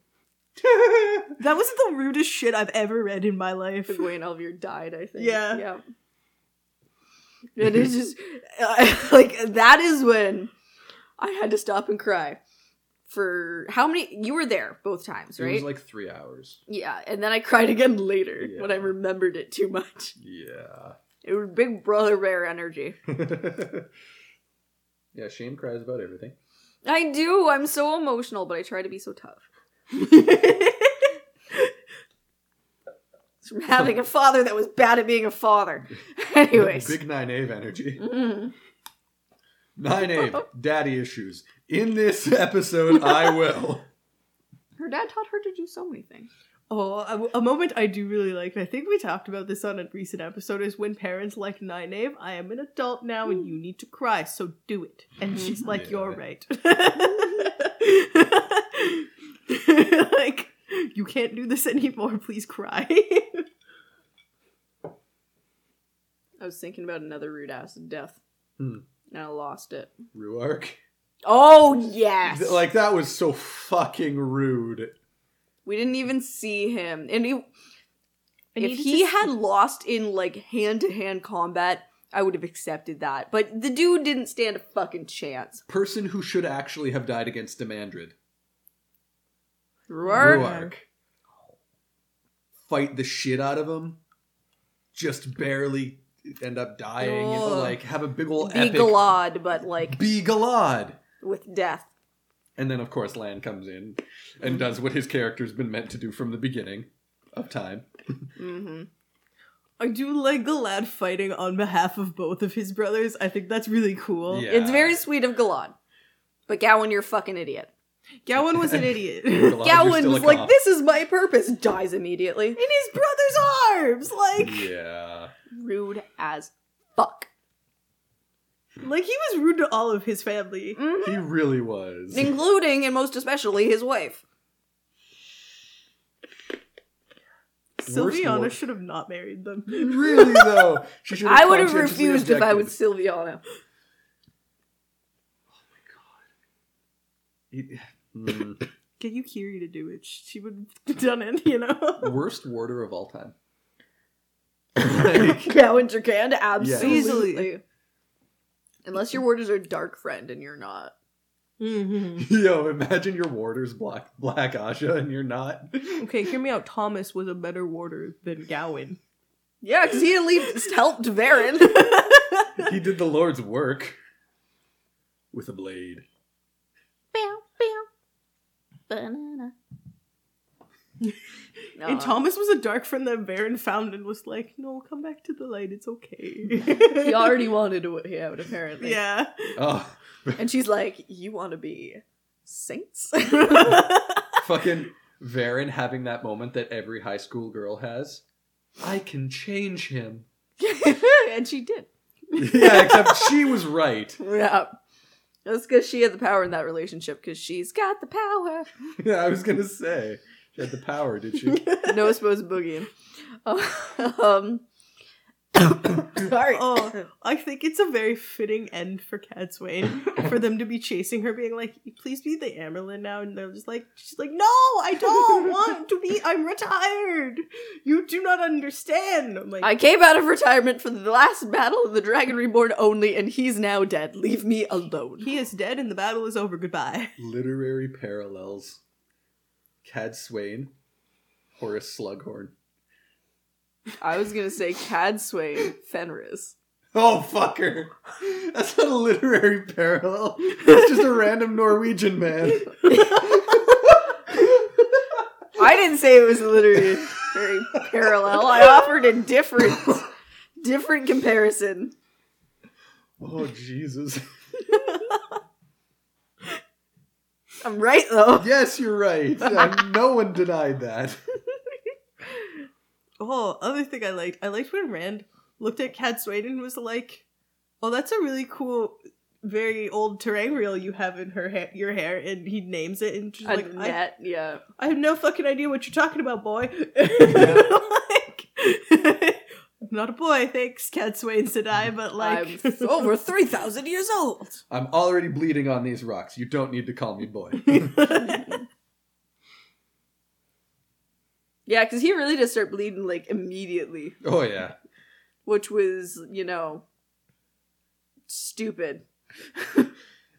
That was the rudest shit I've ever read in my *laughs* life. Egwene Elvier died, I think. Yeah. Yeah. And it's just *laughs* like that is when I had to stop and cry. For how many? You were there both times, It right? was like three hours. yeah, and then I cried again later when I Yeah. remembered it too much. Yeah. *laughs* It was big brother bear energy. yeah, Shane cries about everything. I do. I'm so emotional, but I try to be so tough. It's From *laughs* having a father that was bad at being a father. *laughs* Anyways. Big 9 Ave energy. Mm. 9 *laughs* Ave, daddy issues. In this episode, I *laughs* will. Her dad taught her to do so many things. Oh, a, a moment I do really like, and I think we talked about this on a recent episode, is when parents like Nynaeve, I am an adult now and you need to cry, so do it. Mm-hmm. And she's like, *laughs* Yeah. You're right. *laughs* like, you can't do this anymore, please cry. *laughs* I was thinking about another rude ass death. Hmm. And I lost it. Ruark. Oh, yes. Th- Like, that was so fucking rude. we didn't even see him. And he, I if needed he to- had lost in like hand to hand combat, I would have accepted that. But the dude didn't stand a fucking chance. Person who should actually have died against Demandrid. Rourke. Ruark. Fight the shit out of him. Just barely end up dying. Ugh. And, like, have a big ol' Be epic. glad, but like Be Galad. with death. And then, of course, Lan comes in and does what his character's been meant to do from the beginning of time. *clears throat* hmm I do like the lad fighting on behalf of both of his brothers. I think that's really cool. Yeah. It's very sweet of Galad. But Gowan, you're a fucking idiot. *laughs* Gowan was an idiot. *laughs* Galad, In you're Gowan still a was like, cop. this is my purpose, dies immediately. his brother's arms! Like, Yeah. Rude as *laughs* fuck. like he was rude to all of his family. Mhm. He really was. including and most especially his wife. Sylviana one. should have not married them. *laughs* really, though. She should I would have conscientiously refused if I objected. was Silviana. He- Mm. Get you Kiri to do it. She would have *laughs* done it, you know? Mm. Worst warder of all time. *laughs* *laughs* Like, Cowan Turkand, absolutely. Easily. Unless your word is a dark friend and you're not. Mm-hmm. *laughs* yo, imagine your warder's black, black Asha and you're not. Okay, hear me out. Thomas was a better warder than Gowan. Yeah, because he at *laughs* least helped Varen. *laughs* He did the Lord's work with a blade. No. And Thomas was a dark friend that Baron found and was like, no, come back to the light. It's *laughs* okay. he already wanted what he had, apparently. Yeah. Oh, And she's like, You want to be *laughs* saints? fucking Varen having that moment that every high school girl has. I can change him. and she did. yeah, except she was right. Yeah. That's because she had the power in that relationship because she's got the power. Yeah, I was gonna say she had the power, did she? no supposed *laughs* boogieing. Um, *coughs* sorry. *laughs* Oh, I think it's a very fitting end for Cat Swain *laughs* for them to be chasing her, being like, "Please be the Amerlin now," and they're just like, "She's like, no, I *laughs* don't want to be. I'm retired. You do not understand." I'm like, I came out of retirement for the last battle of the Dragon Reborn only, and he's now dead. Leave me alone. "He is dead, and the battle is over. Goodbye." *laughs* Literary parallels: Cad Swain, Horace Slughorn. I was gonna say Cad Swain, Fenris. Oh fucker! That's not a *laughs* literary parallel. It's just a random Norwegian man. I didn't say it was literally very parallel. I offered a different, different comparison. Oh Jesus! I'm right though. Yes, you're right. Uh, no one denied that. Oh, other thing I liked, I liked when Rand looked at Cat Swain and was like, "Oh, that's a really cool." Very old terrain reel you have in her hair, your hair, and he names it, and she's like, A I net, yeah. *laughs* I have no fucking idea what you're talking about, boy. like, I'm *laughs* not a boy, thanks, Cat Swain said I, but like I'm *laughs* over 3,000 years old. I'm already bleeding on these rocks. You don't need to call me *laughs* boy. Yeah, because he really did start bleeding like immediately, oh yeah. which was, you know, stupid.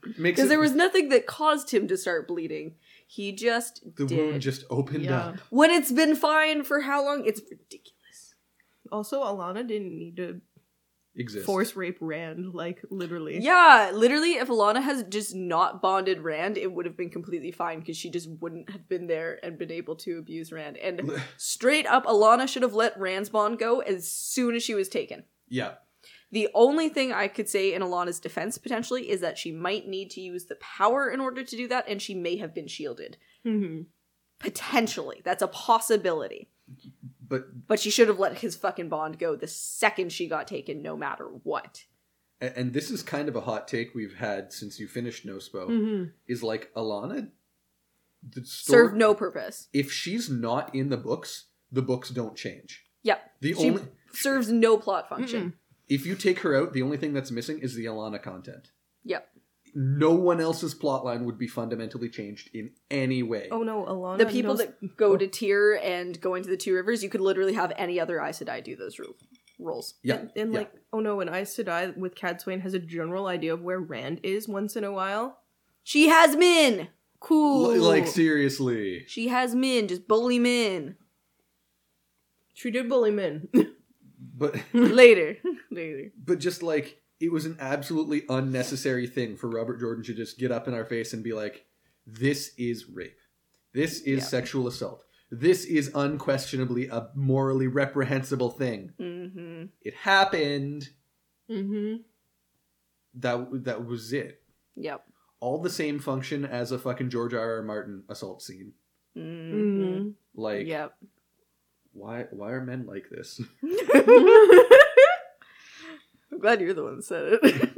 Makes Because it- there was nothing that caused him to start bleeding. He just the did. wound just opened Yeah. up. when it's been fine for how long? It's ridiculous. *laughs* also Alana didn't need to Exists. force rape Rand, like literally. Yeah, literally, if Alana has just not bonded Rand, it would have been completely fine because she just wouldn't have been there and been able to abuse Rand. And straight up, Alana should have let Rand's bond go as soon as she was taken. yeah. The only thing I could say in Alana's defense potentially is that she might need to use the power in order to do that, and she may have been shielded. Mhm. Potentially. That's a possibility. But But she should have let his fucking bond go the second she got taken, no matter what. a- and this is kind of a hot take we've had since you finished Nospo. Mm. Mhm. Is like Alana the story Served no purpose. if she's not in the books, the books don't change. Yep. The She- only Serves no plot function. if you take her out, the only thing that's missing is the Alana content. Yep. No one else's plotline would be fundamentally changed in any way. Oh no, Alana. The people knows- that go to Tyr and go into the Two Rivers, you could literally have any other Aes Sedai do those ru- roles. yeah. and, and, yeah. like oh no, and Aes Sedai with Cad Swain has a general idea of where Rand is once in a while. She has Min! L- Cool. like seriously. she has Min. Just bully *laughs* Min. She did bully men. But Later. *laughs* Later. but just like it was an absolutely unnecessary thing for Robert Jordan to just get up in our face and be like, "This is rape. This is Yeah. sexual assault. This is unquestionably a morally reprehensible thing. hmm It happened. mm-hmm. That that was it. Yep. All the same function as a fucking George R. R. Martin assault scene. hmm Mm-hmm. Mm. Like, Yep. *laughs* why why are men like this? *laughs* I'm glad you're the one that said it.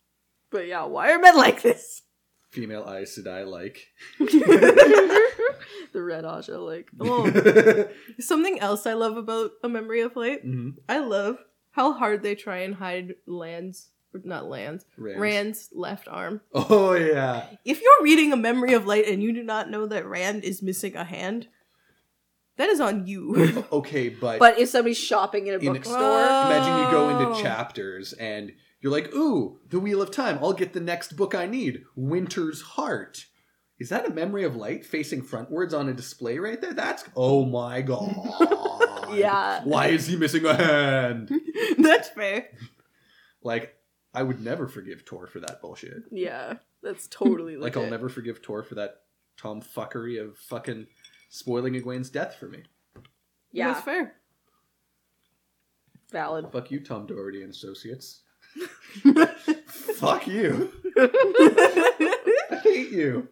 *laughs* but yeah, why are men like this? Female eyes Sedai like. the red Aja, like, *laughs* Oh. Mhm. Something else I love about A Memory of Light, Mm-hmm. I love how hard they try and hide Land's, or not Land's, Rams. Rand's left arm. Oh yeah. If you're reading A Memory of Light and you do not know that Rand is missing a hand, that is on you. *laughs* Okay, but but if somebody's shopping in a In- Ah. bookstore, Imagine you go into Oh. chapters and you're like, ooh, The Wheel of Time. I'll get the next book I need Winter's Heart. Is that a memory of light facing frontwards on a display right there? That's. Oh my *laughs* god. Yeah. Why is he missing a hand? That's fair. Like, I would never forgive Tor for that bullshit. yeah, that's totally Like, legit. I'll never forgive Tor for that tomfuckery of fucking spoiling Egwene's death for me. Yeah, That's fair. valid. Fuck you, Tom Doherty and *laughs* Associates. Fuck you. I hate you.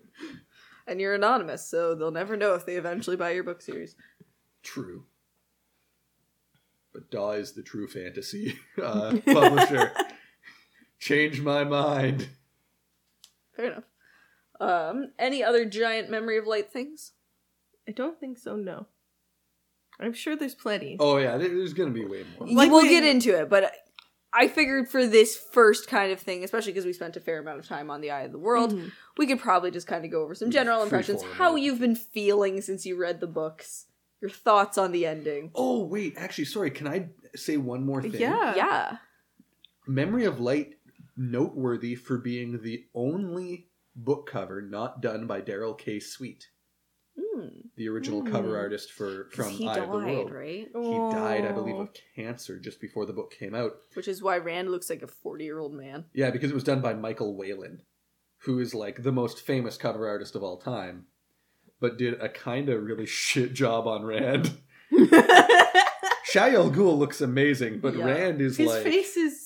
And you're anonymous, so they'll never know if they eventually buy your book series. True. But Daw is the true fantasy *laughs* uh, *laughs* publisher. Change my mind. Fair enough. Um, any other giant memory of light things? I don't think so, no. I'm sure there's plenty. Oh yeah, there- there's gonna be way more. Like we'll we- get into it, but I figured for this first kind of thing, especially because we spent a fair amount of time on the Eye of the World, Mhm. we could probably just kind of go over some Mm, general free impressions, form, how yeah. you've been feeling since you read the books, your thoughts on the ending. Oh wait, actually, sorry. Can I say one more thing? Yeah. Yeah. Memory of Light noteworthy for being the only book cover not done by Daryl K. Sweet, Mm. the original Hmm. cover artist for 'Cause from he Eye died, of the World. right? He died, I believe, Oh. of cancer just before the book came out. Which is why Rand looks like a 40 year old man. Yeah, because it was done by Michael Whalen, who is like the most famous cover artist of all time, but did a kind of really *laughs* shit job on *laughs* Rand. Shael Ghul looks amazing, but Yeah. Rand is His like *laughs* face is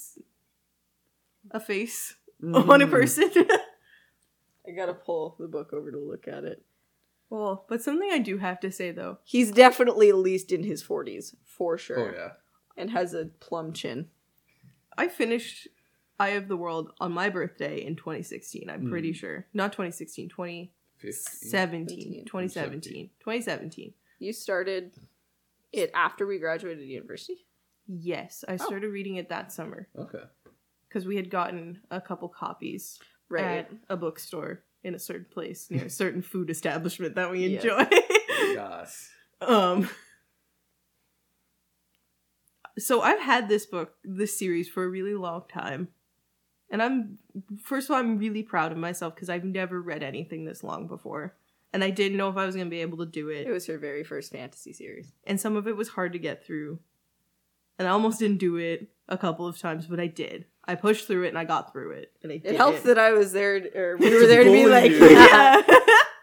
a face *laughs* mm, on a person. *laughs* I gotta pull the book over to look at it. well, but something I do have to say though. He's definitely at least in his 40s, for sure. Oh yeah, And has a plum chin. I finished Eye of the World on my birthday in 2016, I'm pretty Mm. sure. Not 2016, 15. 2017. 2017. 2017. You started it after we graduated university? Yes, Oh. I started reading it that summer Okay. because we had gotten a couple copies at a bookstore in a certain *laughs* place near a certain food establishment that we Yes. enjoy. Yes. *laughs* um So I've had this book, this series for a really long time. And I'm first of all I'm really proud of myself because I've never read anything this long before. And I didn't know if I was going to be able to do It was her very first fantasy series. and some of it was hard to get through. And I almost didn't do it a couple of times, but I did. I pushed through it and I got through it. And I did It helps it. that I was there, or we To were there to be bully like, you. *laughs* yeah.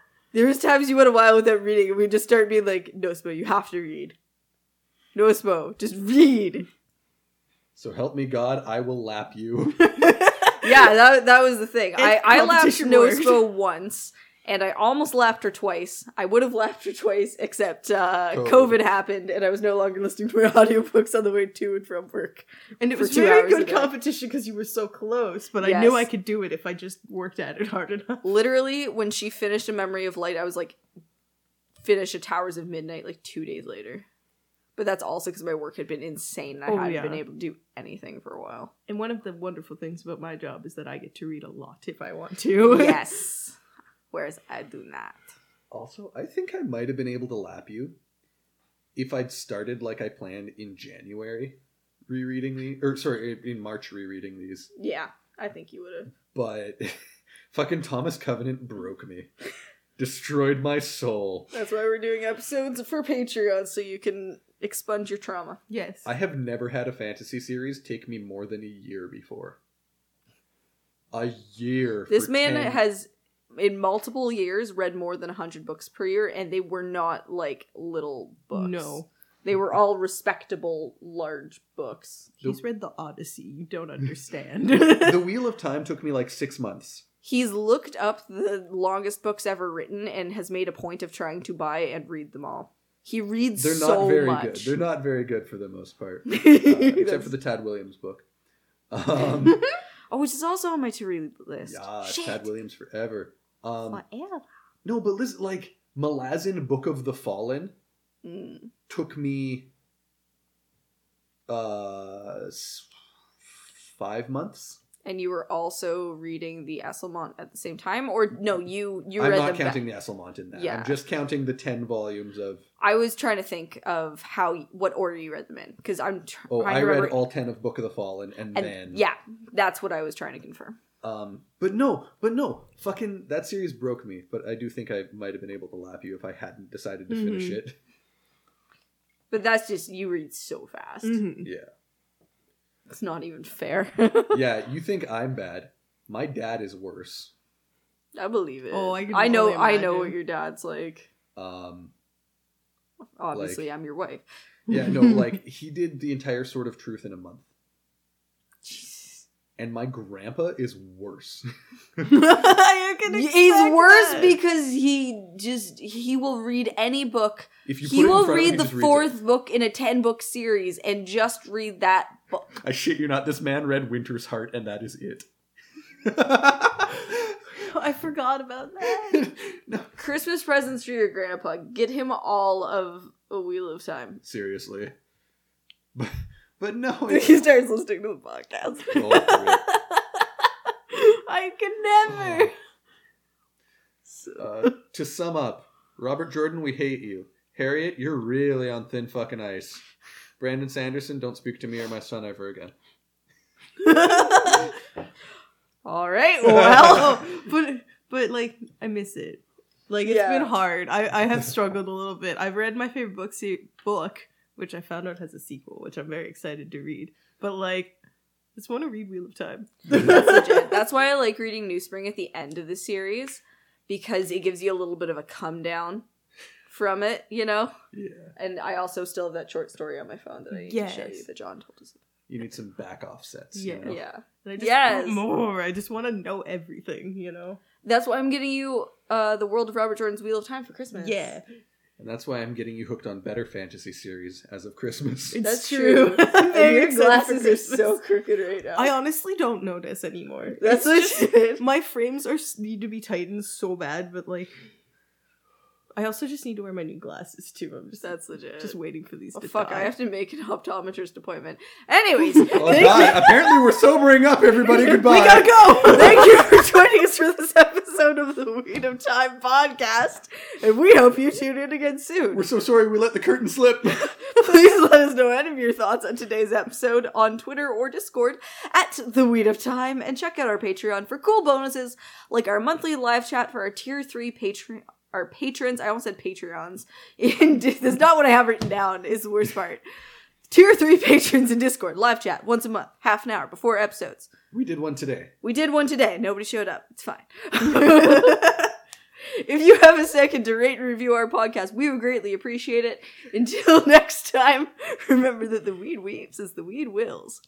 *laughs* there was times you went a while without reading, and we just start being like, Nosmo, you have to read. Nosmo, just read. So help me God, I will lap *laughs* you. yeah, that, that was the thing. I, If I laughed competition worked. Nospo once, and I almost laughed her twice. I would have laughed her twice, except uh, Covid. COVID happened, and I was no longer listening to my *laughs* audiobooks on the way to and from work. and it for was two very hours good ago. competition because you were so close, but I knew I Yes. could do it if I just worked at it hard enough. Literally, when she finished A Memory of Light, I was like, finish A Towers of Midnight like two days later. But that's also because my work had been insane and I Oh, hadn't yeah. been able to do anything for a *laughs* while. And one of the wonderful things about my job is that I get to read a lot if I want to. *laughs* yes. Whereas I do not. also, I think I might have been able to lap you if I'd started like I planned in January rereading the or sorry, in March rereading these. Yeah, I think you would have. But *laughs* fucking Thomas Covenant broke me. Destroyed my soul. That's why we're doing episodes for Patreon so you can expunge your trauma. Yes. I have never had a fantasy series take me more than a year before. A year. This for man 10 has, in multiple years, read more than 100 books per year, and they were not like little books. No. They were all respectable, large books. He's read the Odyssey. You don't *laughs* understand. *laughs* the Wheel of Time took me like six months. He's looked up the longest books ever written and has made a point of trying to buy and read them all. He reads They're not so very good. much. They're not very good for the most *laughs* part, uh, except for the Tad Williams book. *laughs* Um, oh, which is also on my to read list. yeah, Shit. Tad Williams forever. Um, Forever. no, but listen, like Malazan Book of the Fallen Mm. took me uh s- five months. And you were also reading the Esselmont at the same time, or no? You you I'm read not them. back- counting the Esselmont in that. Yeah. I'm just counting the ten volumes of. I was trying to think of how what order you read them in because I'm tr- Oh, trying I to remember. read all ten of Book of the Fallen, and, and then yeah, that's what I was trying to confirm. Um, but no, but no, fucking that series broke me. But I do think I might have been able to lap you if I hadn't decided to finish Mm-hmm. Mhm. it. But that's just you read so fast. Mhm. It's not even fair. *laughs* yeah, you think I'm bad? My dad is worse. I believe it. Oh, I can I know. only I know imagine. what your dad's like. Um, Obviously, Like- I'm your wife. *laughs* yeah, no, like he did the entire sort of truth in a month, and my grandpa is worse. *laughs* *laughs* I can He's expect worse that. because he just he will read any book. If you He put it in will front of him, read he the just reads it. fourth book in a ten book series and just read that book. I shit you not, this man read Winter's Heart, and that is it. *laughs* *laughs* I forgot about that. no, Christmas presents for your grandpa. Get him all of A Wheel of *laughs* Time. seriously, but, but no, He *laughs* it's, starts listening to the podcast. oh, great. I can never. Uh, to sum up, Robert Jordan, we hate you. Harriet, you're really on thin fucking ice. Brandon Sanderson, don't speak to me or my son ever again. All right. *laughs* well, Well, but but like I miss it. Like it's Yeah. been hard. I I have struggled a little bit. I've read my favorite book se- book, which I found out has a sequel, which I'm very excited to read. But like, I just want to read Wheel of Time. that's legit. That's why I like reading New Spring at the end of the series because it gives you a little bit of a come down from it, you know. Yeah. And I also still have that short story on my phone that I need to show Yes. you that John told us. You need some back offsets. Yeah. You know? Yeah. And I just Yes. want more. I just want to know everything. You know. That's why I'm getting you uh the World of Robert Jordan's Wheel of Time for Christmas. Yeah, And that's why I'm getting you hooked on better fantasy series as of *laughs* Christmas. it's That's *laughs* true. true. I'm And very your excited for glasses are Christmas. so crooked right now. I honestly don't notice anymore. that's It's just- legit. My frames are need to be tightened so bad, but like I also just need to wear my new glasses too. I'm just That's legit. just waiting for these Oh, to fuck, die. I have to make an optometrist appointment. Anyways, Oh, thank- bye. Apparently, we're sobering up, everybody. *laughs* Goodbye. We gotta go. Thank you *laughs* for joining us for this episode of the Weed of Time podcast, and we hope you tune in again soon. We're so sorry we let the curtain slip. *laughs* Please let us know any of your thoughts on today's episode on Twitter or Discord at The Weed of Time, and check out our Patreon for cool bonuses like our monthly live chat for our Tier 3 Patreon. Our patrons, I almost said Patreons. *laughs* In, that's not what I have written down, is the worst part. Tier 3 patrons in Discord, live chat once a month, half an hour before episodes. we did one today. We did one today. Nobody showed up. It's fine. *laughs* if you have a second to rate and review our podcast, we would greatly appreciate it. Until *laughs* next time, remember that the weed weaves as the weed wills.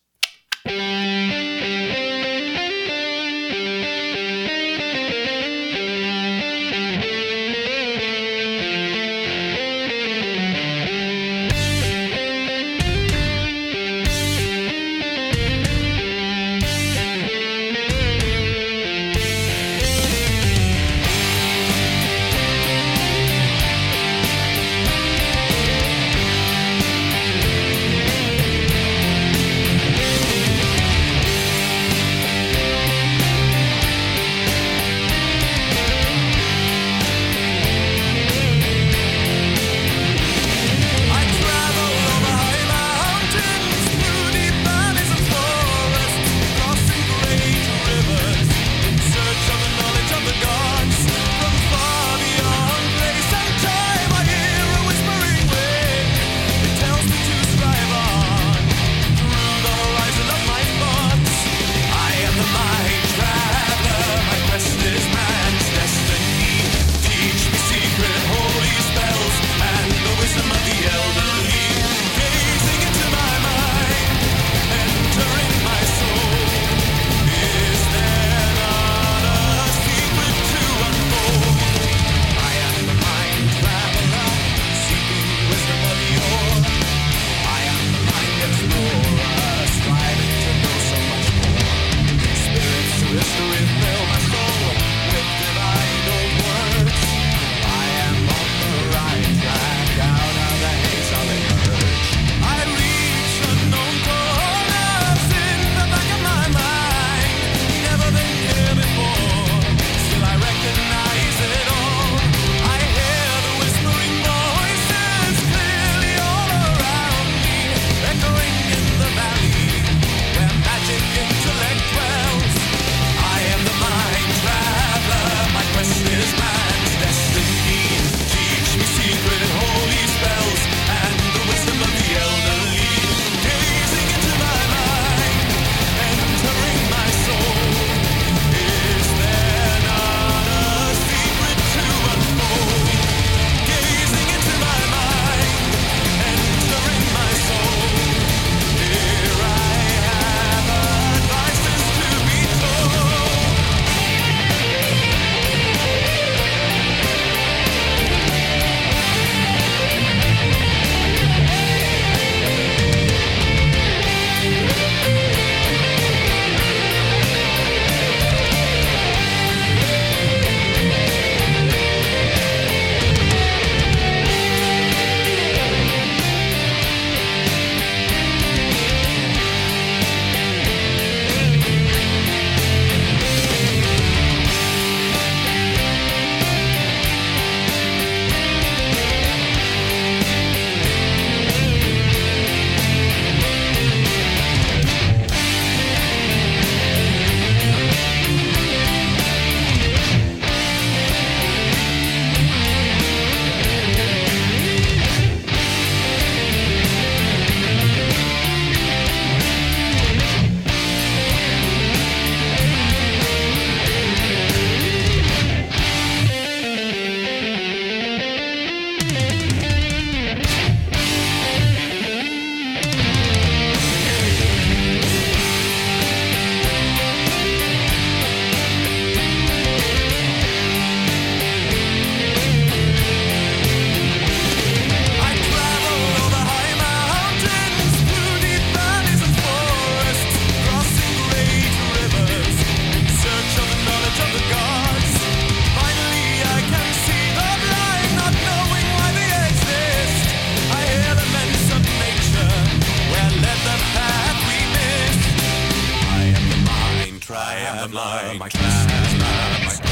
am I? My twist is mine. My twist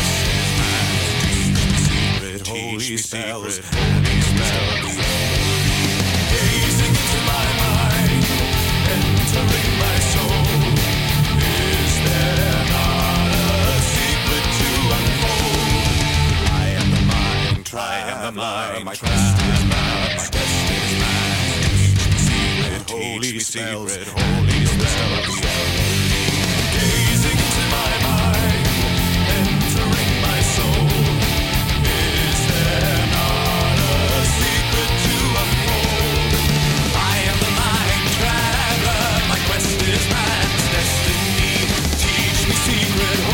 is mine. Teach me secret, holy spells, holy spells. Gazing into my mind, entering my soul. Is there not a secret to unfold? I am the mind. I am the mind. My twist is mine. My twist is mine. Teach me secret, holy spells, holy spells. Gazing into my mind, entering my soul. Is there not a secret to unfold? I am the mind traveler. My quest is man's destiny. Teach me secret,